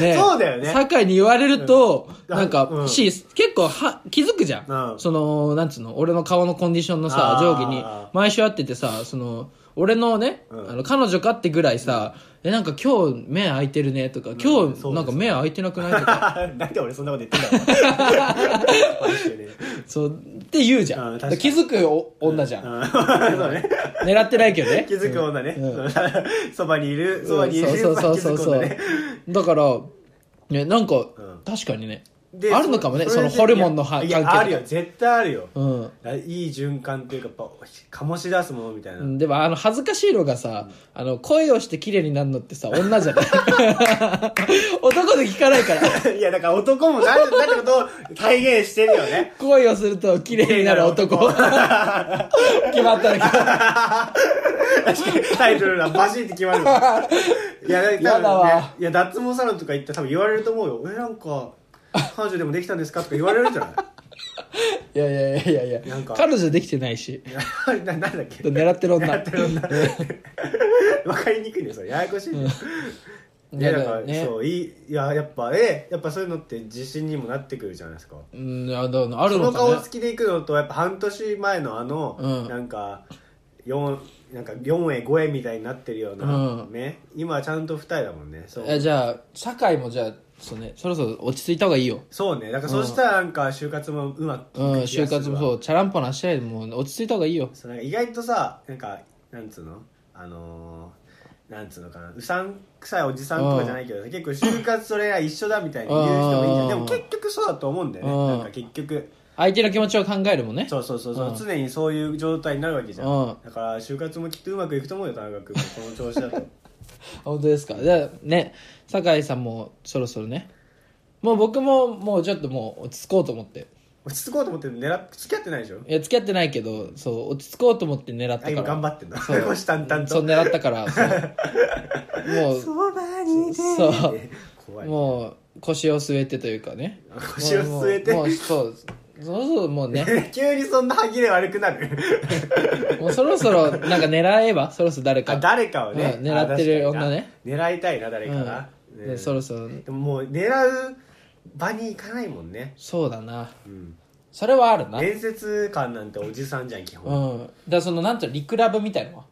[SPEAKER 2] ね
[SPEAKER 1] そうだよね
[SPEAKER 2] 酒井に言われると、
[SPEAKER 1] うん
[SPEAKER 2] なんか、
[SPEAKER 1] うん
[SPEAKER 2] し結構は気づくじゃん、
[SPEAKER 1] うん
[SPEAKER 2] そのなんつうの俺の顔のコンディションのさ
[SPEAKER 1] あ
[SPEAKER 2] 上
[SPEAKER 1] ー
[SPEAKER 2] 下に毎週会っててさその俺のね、
[SPEAKER 1] うん
[SPEAKER 2] あの彼女かってぐらいさ、えなんか今日目開いてるねとか
[SPEAKER 1] う
[SPEAKER 2] 今
[SPEAKER 1] ん
[SPEAKER 2] 日
[SPEAKER 1] そうです
[SPEAKER 2] なんか目開いてなくないとか
[SPEAKER 1] (laughs) なんで俺そんなこと言ってんだろ
[SPEAKER 2] (laughs)
[SPEAKER 1] (laughs) マジでね
[SPEAKER 2] そうって言うじゃん、
[SPEAKER 1] うん確かに
[SPEAKER 2] 気づくお女じゃん、
[SPEAKER 1] うんそうね
[SPEAKER 2] 狙ってないけどね
[SPEAKER 1] 気づく女ね、
[SPEAKER 2] うん
[SPEAKER 1] (laughs) そばにいるそばにいる
[SPEAKER 2] うんそうそうそうそう
[SPEAKER 1] 気づく女ね
[SPEAKER 2] だからねなんか、
[SPEAKER 1] ん
[SPEAKER 2] 確かにね
[SPEAKER 1] で
[SPEAKER 2] あるのかもねそ
[SPEAKER 1] れ
[SPEAKER 2] の
[SPEAKER 1] で
[SPEAKER 2] ホルモンのはい関
[SPEAKER 1] やい
[SPEAKER 2] 係と
[SPEAKER 1] や
[SPEAKER 2] か
[SPEAKER 1] あるよ絶対あるよ、
[SPEAKER 2] うん
[SPEAKER 1] だいい循環というかやっぱ醸し出すものみたいな、
[SPEAKER 2] でもあの恥ずかしいのがさ、あの声をして綺麗になるのってさ女じゃない (laughs) 男で聞かないか
[SPEAKER 1] (laughs)
[SPEAKER 2] ら
[SPEAKER 1] いやだから男もなるんだ
[SPEAKER 2] (laughs)
[SPEAKER 1] ってことを体現してるよね
[SPEAKER 2] 恋をすると綺麗になる男 (laughs)
[SPEAKER 1] 綺麗
[SPEAKER 2] 決まったら
[SPEAKER 1] 確かにタイトルがバシッて決まるわいやだ
[SPEAKER 2] (laughs) やだわ
[SPEAKER 1] いや脱毛サロンとか行ったら多分言われると思うよえなんか彼女でもできたんですかとか言われるんじゃない (laughs)
[SPEAKER 2] いやいやいやいやい
[SPEAKER 1] な
[SPEAKER 2] や
[SPEAKER 1] んか
[SPEAKER 2] 彼女できてないし
[SPEAKER 1] いやななんだっ
[SPEAKER 2] (laughs)
[SPEAKER 1] け
[SPEAKER 2] 狙ってる女
[SPEAKER 1] (laughs) やってるんだ
[SPEAKER 2] (laughs)
[SPEAKER 1] わかりにくいねそれややこしいね、
[SPEAKER 2] うん
[SPEAKER 1] いやだから、
[SPEAKER 2] いやだよね
[SPEAKER 1] そういいいややっぱえやっぱそういうのって自信にもなってくるじゃないですか
[SPEAKER 2] うんいやだからある
[SPEAKER 1] そ
[SPEAKER 2] の
[SPEAKER 1] の顔
[SPEAKER 2] か
[SPEAKER 1] つきでいくのとやっぱ半年前のあの、
[SPEAKER 2] うん
[SPEAKER 1] なんか4なんか4円5円みたいになってるよう
[SPEAKER 2] う
[SPEAKER 1] な、
[SPEAKER 2] ん
[SPEAKER 1] ね今はちゃんと二重だもんねそう
[SPEAKER 2] ねえじゃあ酒井もじゃあそう、ね、そろそろ落ち着いた方がいいよ
[SPEAKER 1] そうねだからそしたらなんか就活もうまく
[SPEAKER 2] うん、
[SPEAKER 1] いく気がする
[SPEAKER 2] 就
[SPEAKER 1] わ
[SPEAKER 2] 活もそう、チャランポなし合いでもう落ち着いた方がいいよ。
[SPEAKER 1] そうなんか意外とさなんかなんつうのあのーなんつうのかなうさんくさいおじさんとかじゃないけど結構就活と恋愛一緒だみたいに言う人もいいじゃ
[SPEAKER 2] うん
[SPEAKER 1] んでも結局そうだと思うんだよね
[SPEAKER 2] うん
[SPEAKER 1] なんか結局
[SPEAKER 2] 相手の気持ちを考えるもんね。
[SPEAKER 1] そうそうそうそう
[SPEAKER 2] うん
[SPEAKER 1] 常にそういう状態になるわけじゃ
[SPEAKER 2] うん
[SPEAKER 1] んだから就活もきっとうまくいくと思うよ田中君この調子だ
[SPEAKER 2] (laughs)
[SPEAKER 1] と
[SPEAKER 2] 本当ですか。じゃあね、酒井さんもそろそろね。もう僕ももうちょっともう落ち着こうと思って。
[SPEAKER 1] 落ち着こうと思って狙っ付き合ってないでしょ
[SPEAKER 2] いや、付き合ってないけど、そう、落ち着こうと思って狙った
[SPEAKER 1] あ
[SPEAKER 2] から。
[SPEAKER 1] 今頑張ってんだ (laughs)
[SPEAKER 2] そう
[SPEAKER 1] 虎視眈々
[SPEAKER 2] そう、
[SPEAKER 1] と
[SPEAKER 2] 狙ったから、
[SPEAKER 1] (laughs)
[SPEAKER 2] そう。
[SPEAKER 1] そばにいて
[SPEAKER 2] そうも
[SPEAKER 1] (laughs) 怖
[SPEAKER 2] う、
[SPEAKER 1] い
[SPEAKER 2] もう腰を据えてというかね。
[SPEAKER 1] 腰を据えて
[SPEAKER 2] もう、もうもうそう、そうそう、もうね。
[SPEAKER 1] 急にそんな歯切れ悪くなる
[SPEAKER 2] もうそろそろ、なんか狙えば、そろそろ誰か。
[SPEAKER 1] あ誰かをね、
[SPEAKER 2] うん狙ってる女ね
[SPEAKER 1] あ確かにな狙いたいな誰かな、
[SPEAKER 2] うん。
[SPEAKER 1] う
[SPEAKER 2] で
[SPEAKER 1] ん
[SPEAKER 2] そろそろ、
[SPEAKER 1] でももう狙う場に行かないもんね、
[SPEAKER 2] そうだな。
[SPEAKER 1] うん、
[SPEAKER 2] それはあるな。
[SPEAKER 1] 面接官なんておじさんじゃん基
[SPEAKER 2] う
[SPEAKER 1] 本、
[SPEAKER 2] ん、だからそのなんていうのリクラブみたいなのは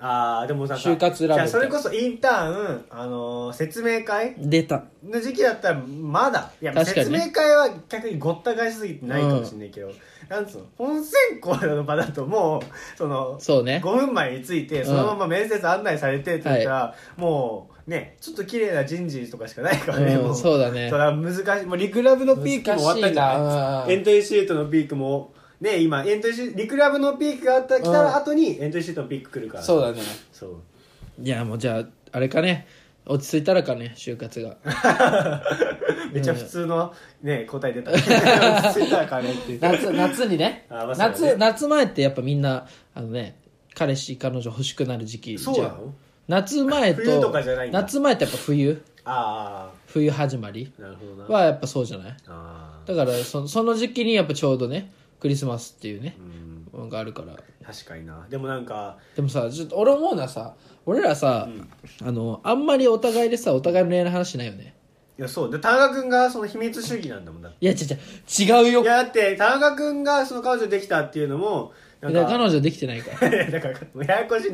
[SPEAKER 1] ああでもなんか
[SPEAKER 2] 就活ラボ
[SPEAKER 1] じゃあそれこそインターン、あのー説明会
[SPEAKER 2] 出た
[SPEAKER 1] の時期だったらまだいや、
[SPEAKER 2] 確か
[SPEAKER 1] 説
[SPEAKER 2] にね
[SPEAKER 1] 明会は逆にごった返しすぎてないかもしれないけど、なんつうの本選考の場だともうその
[SPEAKER 2] そうね
[SPEAKER 1] 5分前についてそのまま面接案内されてって言ったら、もうねちょっと綺麗な人事とかしかないからね、
[SPEAKER 2] うん
[SPEAKER 1] もう
[SPEAKER 2] そうだね
[SPEAKER 1] それは難しいもうリクラブのピークも終わったんじゃ
[SPEAKER 2] 難しいな
[SPEAKER 1] ないエントリーシートのピークもね今エントリーシートリクラブのピークがあった来た後にエントリーシートのピーク来るから
[SPEAKER 2] そうだね
[SPEAKER 1] そう
[SPEAKER 2] いやもうじゃああれかね落ち着いたらかね就活が
[SPEAKER 1] めっちゃ普通の、ね、答え
[SPEAKER 2] (laughs)
[SPEAKER 1] 出た。落ち着いたら帰ろうっていう
[SPEAKER 2] 夏夏にね
[SPEAKER 1] (laughs) あまあそうだね
[SPEAKER 2] 夏夏前ってやっぱみんなあのね彼氏彼女欲しくなる時期じゃん
[SPEAKER 1] そうなの
[SPEAKER 2] 夏前と
[SPEAKER 1] 冬とかじゃないんだ
[SPEAKER 2] 夏前ってやっぱ冬
[SPEAKER 1] あ
[SPEAKER 2] 冬始まり
[SPEAKER 1] あ、なるほどな。
[SPEAKER 2] はやっぱそうじゃない
[SPEAKER 1] ああ、
[SPEAKER 2] だからそその時期にやっぱちょうどねクリスマスっていうね
[SPEAKER 1] う、ん、
[SPEAKER 2] ものがあるから
[SPEAKER 1] 確かにな。でもなんか、
[SPEAKER 2] でもさちょっと俺思うのはさ俺らさ、あのあんまりお互いでさお互いの恋愛の話しないよね
[SPEAKER 1] いや、そう。で、田中君がその秘密主義なんだもんだって。
[SPEAKER 2] いや違う違う違うよ
[SPEAKER 1] いや、だって、田中君がその彼女できたっていうのも、なんか、
[SPEAKER 2] だから彼女できてないから
[SPEAKER 1] (laughs) だから、もうややこしい。い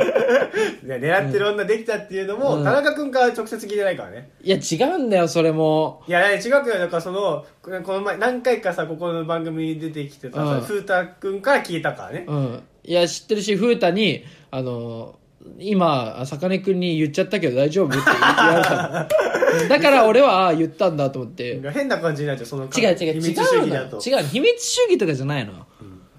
[SPEAKER 1] や狙ってる女できたっていうのも、
[SPEAKER 2] うん
[SPEAKER 1] 田中君から直接聞いてないからね。
[SPEAKER 2] いや違うんだよそれも
[SPEAKER 1] いや、いや違うくよ。だからその、この前、何回かさ、ここの番組に出てきてた
[SPEAKER 2] う
[SPEAKER 1] さ、
[SPEAKER 2] ん
[SPEAKER 1] 風太君から聞いたからね。
[SPEAKER 2] うんいや知ってるし風太にあの今坂根君に言っちゃったけど大丈夫って言われた
[SPEAKER 1] (laughs)
[SPEAKER 2] のだから俺はあ言ったんだと思って
[SPEAKER 1] 変な感じになっちゃうその
[SPEAKER 2] 違う違う
[SPEAKER 1] 秘
[SPEAKER 2] 違
[SPEAKER 1] 密主
[SPEAKER 2] う
[SPEAKER 1] 義
[SPEAKER 2] の
[SPEAKER 1] だ
[SPEAKER 2] よ
[SPEAKER 1] と
[SPEAKER 2] 違う秘密主義とかじゃないのよ、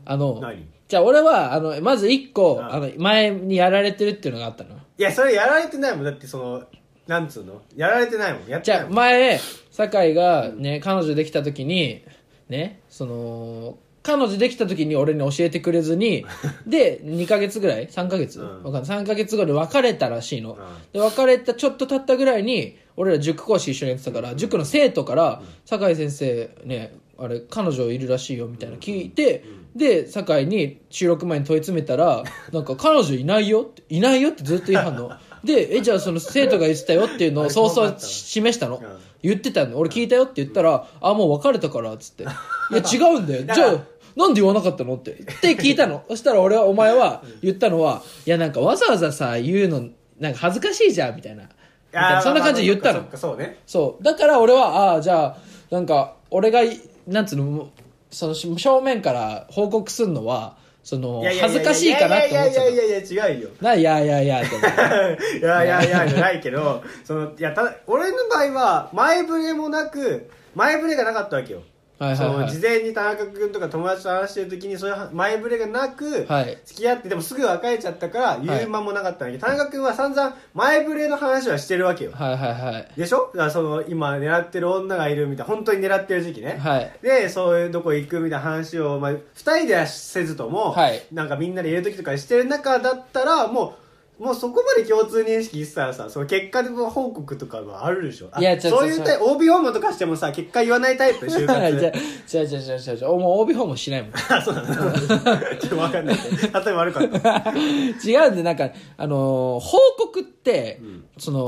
[SPEAKER 2] あの
[SPEAKER 1] 何
[SPEAKER 2] じゃあ俺はあのまず一個
[SPEAKER 1] あ
[SPEAKER 2] あの前にやられてるっていうのがあったの
[SPEAKER 1] いやそれやられてないもんだってそのなんつうのやられてないもんやって
[SPEAKER 2] じ
[SPEAKER 1] ない
[SPEAKER 2] ゃあ
[SPEAKER 1] もん
[SPEAKER 2] 前酒井がね、彼女できた時にねその彼女できた時に俺に教えてくれ
[SPEAKER 1] (laughs)
[SPEAKER 2] ずにで2ヶ月ぐらい3ヶ月、
[SPEAKER 1] うん
[SPEAKER 2] わかんない3ヶ月後で別れたらしいの、
[SPEAKER 1] ん
[SPEAKER 2] で別れたちょっと経ったぐらいに俺ら塾講師一緒にやってたから、塾の生徒から酒井先生ねあれ彼女いるらしいよみたいな聞いて、で酒井に収録前に問い詰めたらなんか彼女いないよっていないよってずっと言い張んのでえじゃあその生徒が言ってたよっていうのをそう
[SPEAKER 1] (laughs) あれこう
[SPEAKER 2] そ
[SPEAKER 1] なっ
[SPEAKER 2] う
[SPEAKER 1] たの
[SPEAKER 2] 示したの、
[SPEAKER 1] うん
[SPEAKER 2] 言ってたの俺聞いたよって言ったら、あもう別れたからっつ
[SPEAKER 1] (laughs)
[SPEAKER 2] っていや違うんだよ
[SPEAKER 1] だ
[SPEAKER 2] じ
[SPEAKER 1] から
[SPEAKER 2] ゃあなんで言わなかったのってって聞い
[SPEAKER 1] (laughs)
[SPEAKER 2] たのそしたら俺はお前は言ったのはいやなんかわざわざさ言うのなんか恥ずかしいじゃんみたいなみたい
[SPEAKER 1] あー
[SPEAKER 2] なそんな感じで言っ
[SPEAKER 1] ま
[SPEAKER 2] た
[SPEAKER 1] あ
[SPEAKER 2] の
[SPEAKER 1] まあそっかそうね
[SPEAKER 2] そうだから俺はああじゃあなんか俺がいなんつうのもうそのし正面から報告すんのはその
[SPEAKER 1] いやいや
[SPEAKER 2] 恥ずかしいかなって思
[SPEAKER 1] いや
[SPEAKER 2] っちゃ
[SPEAKER 1] いや
[SPEAKER 2] っ
[SPEAKER 1] いやいやいや違うよ
[SPEAKER 2] たないやいやいやって思って
[SPEAKER 1] いやいやいやじゃないけどそのいやただ俺の場合は前触れもなく前触れがなかったわけよ
[SPEAKER 2] はい
[SPEAKER 1] (laughs) そ
[SPEAKER 2] はいは
[SPEAKER 1] の
[SPEAKER 2] い
[SPEAKER 1] 事前に田中君とか友達と話してる時にそういう前触れがなく
[SPEAKER 2] はい
[SPEAKER 1] 付き合ってでもすぐ別れちゃったから言う間もなかったんだけど田中君は散々前触れの話はしてるわけよ
[SPEAKER 2] はいはいはい
[SPEAKER 1] でしょだからその今狙ってる女がいるみたいな本当に狙ってる時期ね、
[SPEAKER 2] はい
[SPEAKER 1] でそういうどこ行くみたいな話を、まあ、2人ではせずとも、
[SPEAKER 2] はい
[SPEAKER 1] なんかみんなでいる時とかしてる中だったらもうもうそこまで共通認識してたらさその結果報告とかはあるでしょあ
[SPEAKER 2] いやちょ
[SPEAKER 1] そうい
[SPEAKER 2] ち
[SPEAKER 1] う
[SPEAKER 2] ょ
[SPEAKER 1] タイプ OB 訪問とかしてもさ結果言わないタイプ就活
[SPEAKER 2] (laughs) じゃじゃじゃじゃじゃもう OB 訪問しないもん
[SPEAKER 1] (laughs)
[SPEAKER 2] (laughs)
[SPEAKER 1] あそうなのちょっと分かんないけど例え悪かった
[SPEAKER 2] 違うんでなんかあのー報告って、その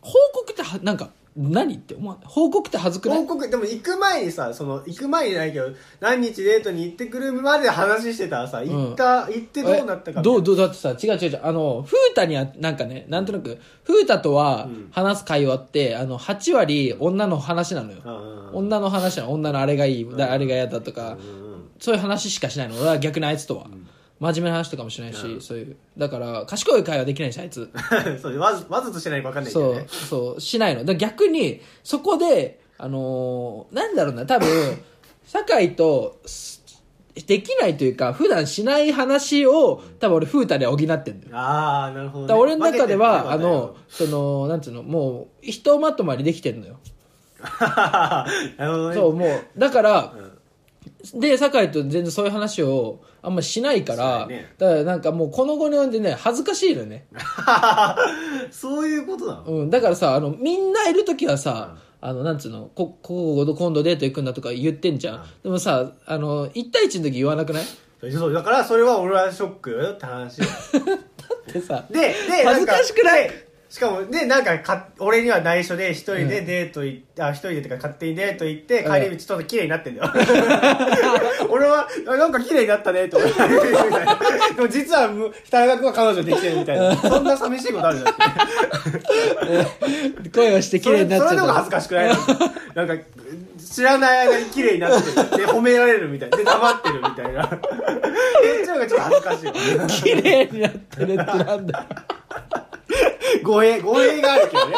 [SPEAKER 2] 報告ってはなんか何って思わない報告って恥 (laughs) ずくない
[SPEAKER 1] 報告でも行く前にさその行く前じゃないけど何日デートに行ってくるまで話してたらさ行った、行ってどうなったか
[SPEAKER 2] えどうどうだってさ違う違う違うあの風太にはなんかねなんとなく風太とは話す会話って、あの8割女の話なのよ、
[SPEAKER 1] うん
[SPEAKER 2] 女の話なの女のあれがいい、だあれが嫌だとか、
[SPEAKER 1] うん
[SPEAKER 2] そういう話しかしないの俺は逆にあいつとは、真面目な話とかもしないし、そういうだから賢い会話できないしあいつ
[SPEAKER 1] (laughs) そうわざわざとしてないか分かんないけ
[SPEAKER 2] そ
[SPEAKER 1] ど
[SPEAKER 2] う
[SPEAKER 1] ね、
[SPEAKER 2] そう、しないの。だから逆に、そこで、あのーなんだろう
[SPEAKER 1] (laughs)
[SPEAKER 2] な、多分、酒井とす、できないというか、普段しない話を、多分俺、風太で補ってんだよ。
[SPEAKER 1] ああなるほど、
[SPEAKER 2] だ
[SPEAKER 1] ね、
[SPEAKER 2] から俺の中では、
[SPEAKER 1] 分け
[SPEAKER 2] あ
[SPEAKER 1] てるね
[SPEAKER 2] の、その、なんつうの、もう、ひとまとまりできてんのよ。
[SPEAKER 1] (laughs) なるほどね
[SPEAKER 2] そう、もう、だから、で、酒井と全然そういう話をあんましないから、
[SPEAKER 1] しないね
[SPEAKER 2] だからなんかもうこの後に呼んでね、恥ずかしいのよね。
[SPEAKER 1] (laughs) そういうことなの、
[SPEAKER 2] うん、だからさあのみんないる時はさ、あのなんつうのこここ今度デート行くんだとか言ってんじゃん、でもさあの1対1の時言わなくない
[SPEAKER 1] そうだからそれは俺はショックよって話
[SPEAKER 2] ってさ
[SPEAKER 1] でで
[SPEAKER 2] (laughs) 恥ずかしくない
[SPEAKER 1] なんかしかもでなんかか俺には内緒で一人でデート行って、あ一人でとか勝手にデート行って
[SPEAKER 2] うん
[SPEAKER 1] 帰り道ちょっと綺麗になってんだよ (laughs) 俺はあなんか綺麗になったね
[SPEAKER 2] (laughs)
[SPEAKER 1] と思ってみたいなでも実はむ田中君は彼女できてるみたいなそんな寂しいことあるじゃん
[SPEAKER 2] 恋をして綺
[SPEAKER 1] そ
[SPEAKER 2] 麗
[SPEAKER 1] れ
[SPEAKER 2] になっ
[SPEAKER 1] そ
[SPEAKER 2] ちゃ
[SPEAKER 1] れの
[SPEAKER 2] った
[SPEAKER 1] 方が恥ずかしくない (laughs) のなんか知らない間に綺麗になっててで褒められるみたいで黙ってるみたいな (laughs) こっちの方がちょっと恥ずかし
[SPEAKER 2] (laughs)
[SPEAKER 1] いよね
[SPEAKER 2] 綺麗になってるってなんだ
[SPEAKER 1] 語弊語弊があるけどね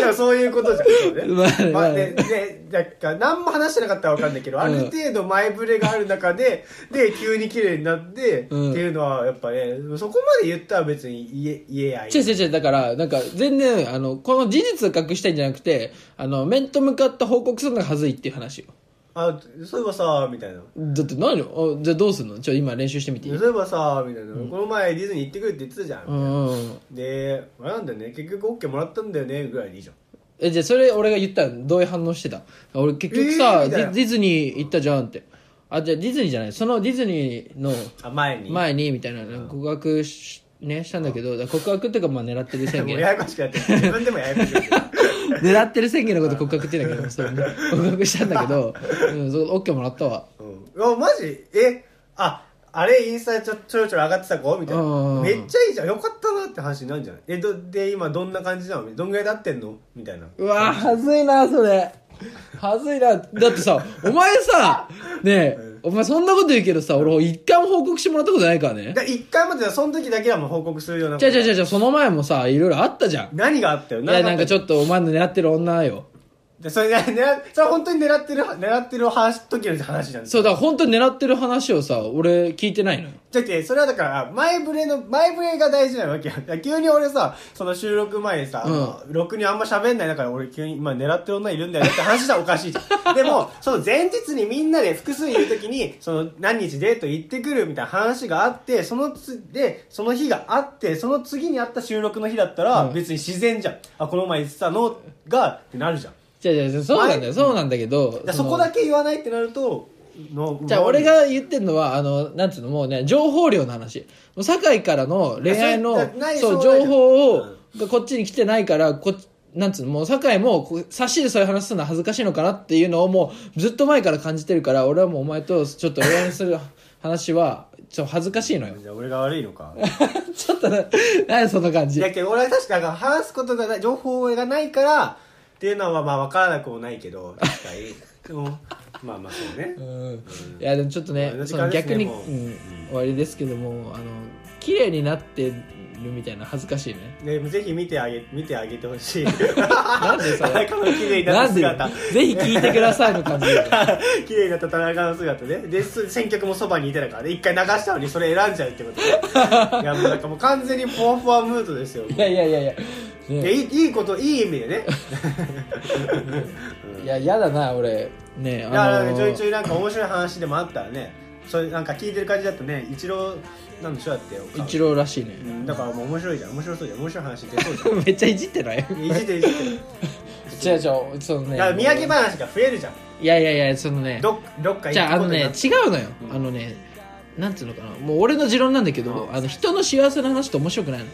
[SPEAKER 1] でもそういうことじゃんそうね、
[SPEAKER 2] まあ
[SPEAKER 1] まあ
[SPEAKER 2] ね
[SPEAKER 1] ででなんか何も話してなかったら分かんないけど、ある程度前触れがある中でで急に綺麗になって、
[SPEAKER 2] うん
[SPEAKER 1] っていうのはやっぱねそこまで言ったら別に言え言えやいい
[SPEAKER 2] 違う違う違う、だから、なんか、全然、あの、この事実を隠したいんじゃなくて、あの、面と向かって報告するのが恥ずいっていう話よ。
[SPEAKER 1] あそういえばさみたいな
[SPEAKER 2] だって何よあじゃあどうすんのちょ、今練習してみていい
[SPEAKER 1] そういえばさみたいな、この前ディズニー行ってくるって言ってたじゃん、
[SPEAKER 2] うん。
[SPEAKER 1] であれなんだよね結局 OK もらったんだよねぐらいでいいじゃん
[SPEAKER 2] え、じゃあそれ俺が言ったらどういう反応してた俺結局さ、
[SPEAKER 1] えーみたい
[SPEAKER 2] デ
[SPEAKER 1] な
[SPEAKER 2] ィディズニー行ったじゃんって。あ、じゃあディズニーじゃない。そのディズニーの
[SPEAKER 1] あ前に
[SPEAKER 2] 前に、みたいな、なんか告白し、ね、したんだけど、だから告白っていうか、まあ狙ってる宣
[SPEAKER 1] も
[SPEAKER 2] 言
[SPEAKER 1] う。
[SPEAKER 2] (laughs)
[SPEAKER 1] ややこしくなってる自分でもややこしくなってる
[SPEAKER 2] 狙ってる宣言のこと告白って言うんだけど、それ告白したんだけ
[SPEAKER 1] (laughs)
[SPEAKER 2] ど、うん、そう、OK もらったわ。
[SPEAKER 1] うん、あマジえああれインスタでちょちょろちょろ上がってた子みたい
[SPEAKER 2] うん
[SPEAKER 1] なめっちゃいいじゃんよかったなって話になるんじゃないえどで今どんな感じなのどんぐらい経ってんのみたいな
[SPEAKER 2] うわはずいなそれはずいなだってさお前さねえお前そんなこと言うけどさ俺一回も報告してもらったことないからね
[SPEAKER 1] だ一回もじゃあその時だけはもう報告するような
[SPEAKER 2] じゃあじゃあじゃあ
[SPEAKER 1] ゃ
[SPEAKER 2] じゃあその前もさいろいろあったじゃん
[SPEAKER 1] 何があったよ
[SPEAKER 2] いやなんかち
[SPEAKER 1] っ
[SPEAKER 2] ょっとお前の狙ってる女よ
[SPEAKER 1] とそれね狙それ本当に狙ってる狙ってる話時の話なんです
[SPEAKER 2] そうだから本当に狙ってる話をさ俺聞いてないのよ
[SPEAKER 1] じゃけそれはだから前触れの前触れが大事なわけよいや急に俺さその収録前にさ、
[SPEAKER 2] う
[SPEAKER 1] ろくにあんま喋んない中で俺急に今狙ってる女いるんだよねって話したらおかしいじゃんで
[SPEAKER 2] (laughs)
[SPEAKER 1] もその前日にみんなで複数いる時にその何日デート行ってくるみたいな話があってそのつでその日があってその次にあった収録の日だったら
[SPEAKER 2] うん
[SPEAKER 1] 別に自然じゃん、あこの前言ってたのがってなるじゃん
[SPEAKER 2] じゃあじゃあじゃあそうなんだよそうなんだけ
[SPEAKER 1] だ
[SPEAKER 2] ど
[SPEAKER 1] から
[SPEAKER 2] そ
[SPEAKER 1] そ
[SPEAKER 2] の
[SPEAKER 1] こだけ言わないってなるとの
[SPEAKER 2] じゃあ俺が言ってんのはあのなんつうのもうね情報量の話もう酒井からの恋愛の
[SPEAKER 1] いやそれない
[SPEAKER 2] そう
[SPEAKER 1] しょうがない
[SPEAKER 2] 情報を、
[SPEAKER 1] う
[SPEAKER 2] がこっちに来てないからこっなんつうのもう酒井もこう差しでそういう話するのは恥ずかしいのかなっていうのをもうずっと前から感じてるから俺はもうお前とちょっと恋愛する話はちょっと恥ずかしいのよ
[SPEAKER 1] じゃあ俺が悪いのか
[SPEAKER 2] (laughs) ちょっとね何その感じ
[SPEAKER 1] いやけど俺は確かに話すことがない情報がないからっていうのはまあ分からなくもないけど確か
[SPEAKER 2] (laughs)
[SPEAKER 1] にでもまあまあそうね
[SPEAKER 2] うんいやでもちょっとね
[SPEAKER 1] 同じ
[SPEAKER 2] そ
[SPEAKER 1] 感
[SPEAKER 2] の
[SPEAKER 1] じです
[SPEAKER 2] 逆
[SPEAKER 1] ね
[SPEAKER 2] に、
[SPEAKER 1] もう
[SPEAKER 2] うん、終わりですけどもあの綺麗になってるみたいな恥ずかしいね
[SPEAKER 1] でぜひ見てあげ見てあげてほしい
[SPEAKER 2] なんでそ
[SPEAKER 1] (laughs) 田
[SPEAKER 2] れ
[SPEAKER 1] 中の綺麗にな
[SPEAKER 2] な
[SPEAKER 1] った
[SPEAKER 2] んで
[SPEAKER 1] 姿
[SPEAKER 2] ぜひ聞いてくださいの感じで
[SPEAKER 1] (laughs) 綺麗になった田中の姿ねでそ選曲もそばにいてたからね一回流したのにそれ選んじゃうってことね
[SPEAKER 2] (laughs)
[SPEAKER 1] いやもうなんかもう完全にふわふわムードですよ
[SPEAKER 2] いやいやいやいや。
[SPEAKER 1] いやいいいいこといい意味で
[SPEAKER 2] (laughs)
[SPEAKER 1] ね
[SPEAKER 2] いや、嫌だな、俺。ね
[SPEAKER 1] だから
[SPEAKER 2] あのー
[SPEAKER 1] ちょいちょいなんか面白い話でもあったらねそれなんか聞いてる感じだとね一郎なんでしょだって
[SPEAKER 2] 一郎らしいね。 (laughs)
[SPEAKER 1] うんだからもう面白いじゃん面白そうじゃん面白い話出そうじゃ
[SPEAKER 2] めっちゃいじってない (laughs)
[SPEAKER 1] んいじってるいじってる
[SPEAKER 2] 違う違う、そのね。
[SPEAKER 1] だから土産話が増えるじゃん
[SPEAKER 2] いやいやいや、そのね。
[SPEAKER 1] どっどっか
[SPEAKER 2] じゃあ、
[SPEAKER 1] 行
[SPEAKER 2] あ
[SPEAKER 1] くこ
[SPEAKER 2] の
[SPEAKER 1] とにな
[SPEAKER 2] ね
[SPEAKER 1] っ、て
[SPEAKER 2] 違うのよ。あのね、なんていうのかな。もう俺の持論なんだけど、あの、人の幸せな話って面白くないの。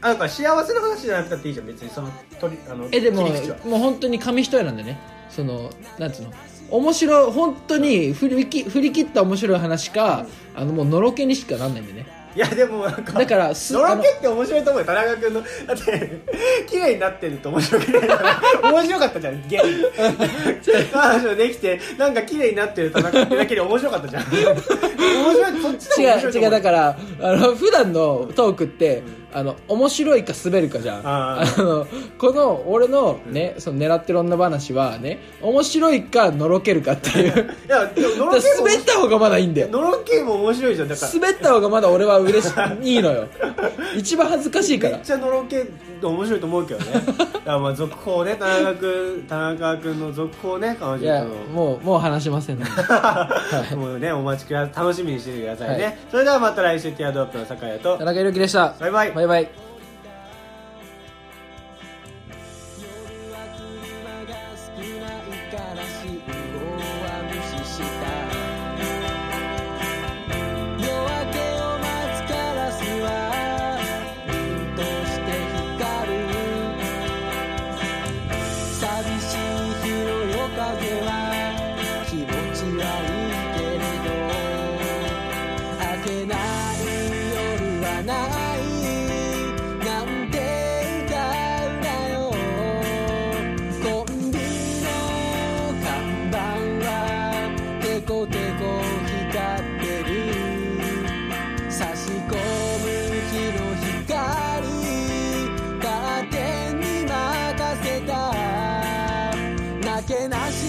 [SPEAKER 1] あだから幸せの話じゃなくたっていいじゃん別にその取りあの
[SPEAKER 2] え、でも、
[SPEAKER 1] 切り口は
[SPEAKER 2] もう本当に紙一重なんでね。その、なんていうの。面白い、本当に振りき振り切った面白い話か、あの、もうのろけにしかなんないんでね。
[SPEAKER 1] いやでもなんか
[SPEAKER 2] だからす
[SPEAKER 1] ドロケって面白いと思うよ田中君のだって綺麗になってると面白く
[SPEAKER 2] (laughs)
[SPEAKER 1] ないから面白かったじゃんゲーム彼女できてなんか綺麗になってる田中ってだけで面白かったじゃん面白いそっち
[SPEAKER 2] 違
[SPEAKER 1] の方が面
[SPEAKER 2] う
[SPEAKER 1] 白いと
[SPEAKER 2] 違
[SPEAKER 1] 思
[SPEAKER 2] うだからあの普段のトークって、あの面白いか滑るかじゃん
[SPEAKER 1] あ
[SPEAKER 2] あのこの俺のね、その狙ってる女話はね面白いかのろけるかっていうだか
[SPEAKER 1] いやでも (laughs) の
[SPEAKER 2] ら
[SPEAKER 1] ろけも
[SPEAKER 2] 滑った方がまだいいんだよ
[SPEAKER 1] のろけも面白いじゃんだから
[SPEAKER 2] 滑った方がまだ俺は嬉しいいい
[SPEAKER 1] (laughs)
[SPEAKER 2] のよ一番恥ずかしいか
[SPEAKER 1] め
[SPEAKER 2] ら
[SPEAKER 1] っちゃのろけ面白いと思うけど
[SPEAKER 2] (laughs)
[SPEAKER 1] ねだからまあ続報ね田中君田中君の続報ね彼
[SPEAKER 2] いや
[SPEAKER 1] 女との
[SPEAKER 2] もうもう話しませんね
[SPEAKER 1] もうねお待ちくだ楽しみにしててくださいね、
[SPEAKER 2] はい
[SPEAKER 1] それではまた来週ティアドロップの酒屋と
[SPEAKER 2] 田中裕樹でした
[SPEAKER 1] バイバイ
[SPEAKER 2] バイバイ
[SPEAKER 6] 夜明けを待つカラスは凛として
[SPEAKER 2] ないなんて歌うんだよコンビの看板はテコテコ光ってる差し込む日の光カーテンに任せたなけなし